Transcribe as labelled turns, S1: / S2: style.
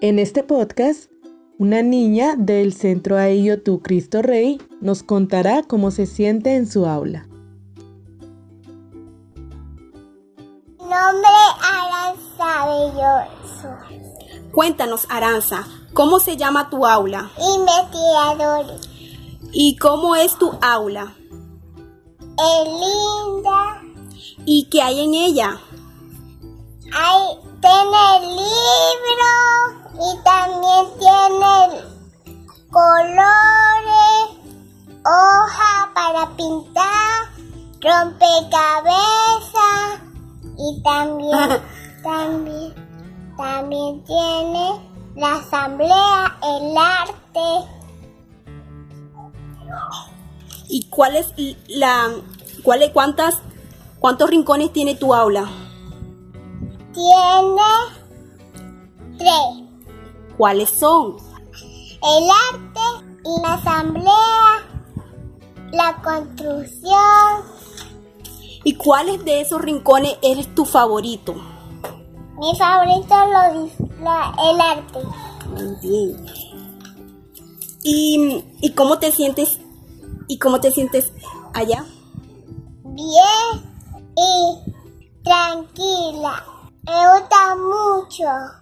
S1: En este podcast, una niña del Centro Aillo Tu Cristo Rey nos contará cómo se siente en su aula.
S2: Nombre Aranza Belloso.
S3: Cuéntanos, Aranza, ¿cómo se llama tu aula?
S2: Investigadores.
S3: ¿Y cómo es tu aula?
S2: Es linda.
S3: ¿Y qué hay en ella?
S2: Hay, tiene libro y también tiene colores, hoja para pintar, rompecabezas y también, también, también tiene la asamblea, el arte.
S3: ¿Y cuál es la cuál es- cuántas cuántos rincones tiene tu aula?
S2: Tiene tres.
S3: ¿Cuáles son?
S2: el arte y la asamblea, la construcción.
S3: ¿Y cuáles de esos rincones eres tu favorito?
S2: Mi favorito lo, dis- la- el arte.
S3: Muy bien. ¿Y, y cómo te sientes? ¿Y cómo te sientes allá?
S2: Bien y tranquila. Me gusta mucho.